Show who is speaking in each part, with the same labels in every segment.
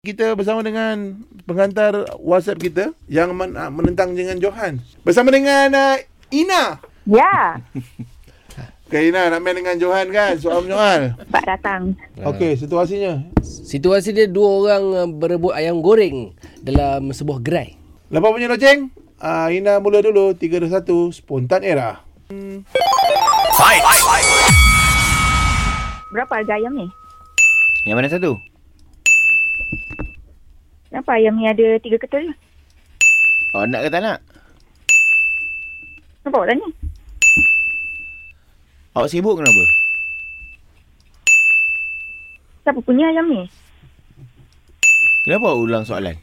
Speaker 1: kita bersama dengan pengantar WhatsApp kita yang men- ah, menentang dengan Johan. Bersama dengan uh, Ina.
Speaker 2: Ya,
Speaker 1: Okay, Ina nak main dengan Johan kan soal menyoal.
Speaker 2: Pak datang.
Speaker 1: Okey, situasinya.
Speaker 3: Situasi dia dua orang uh, berebut ayam goreng dalam sebuah gerai.
Speaker 1: Lepas punya loceng, uh, Ina mula dulu 3 2 1 spontan era.
Speaker 2: Berapa harga ayam ni?
Speaker 4: Yang mana satu?
Speaker 2: Kenapa ayam ni ada tiga ketul?
Speaker 4: Oh, nak ke tak nak?
Speaker 2: Kenapa awak tanya?
Speaker 4: Awak sibuk kenapa?
Speaker 2: Siapa punya ayam ni?
Speaker 4: Kenapa awak ulang soalan?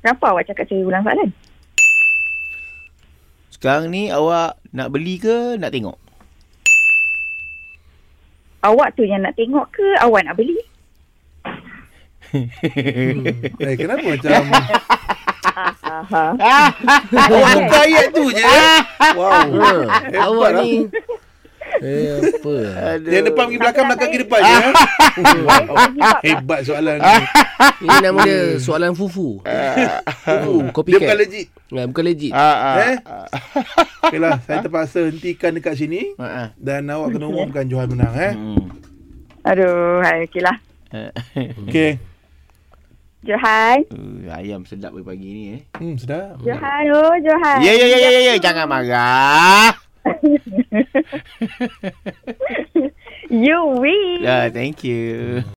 Speaker 2: Kenapa awak cakap saya ulang soalan?
Speaker 4: Sekarang ni awak nak beli ke nak tengok?
Speaker 2: Awak tu yang nak tengok ke awak nak beli?
Speaker 1: Eh, kenapa macam
Speaker 2: Aha.
Speaker 4: awak buka ayat tu je.
Speaker 1: wow.
Speaker 3: Ha, awak
Speaker 1: lah.
Speaker 3: ni eh apa?
Speaker 4: Aduh.
Speaker 1: Yang depan pergi belakang, belakang pergi depan je. eh? Hebat soalan ni.
Speaker 3: Ini nama dia soalan fufu. Hmm, Fufu
Speaker 1: Ah. Dia
Speaker 3: copycat.
Speaker 1: bukan legit.
Speaker 3: Ha, bukan legit.
Speaker 4: Ah, ah,
Speaker 1: Eh?
Speaker 4: ah,
Speaker 1: Okeylah, saya terpaksa hentikan dekat sini
Speaker 4: ah, ah.
Speaker 1: dan awak kena umumkan Johan menang eh.
Speaker 4: Hmm.
Speaker 2: Aduh, hai, okey lah.
Speaker 1: Okey.
Speaker 2: Johan.
Speaker 4: Uh, ayam sedap pagi-pagi ni eh.
Speaker 1: Hmm, sedap.
Speaker 2: Johan, oh Johan.
Speaker 4: Ya, ya, ya, ya, ya, ya. Jangan marah.
Speaker 2: You win.
Speaker 4: Ya. Ah, thank you.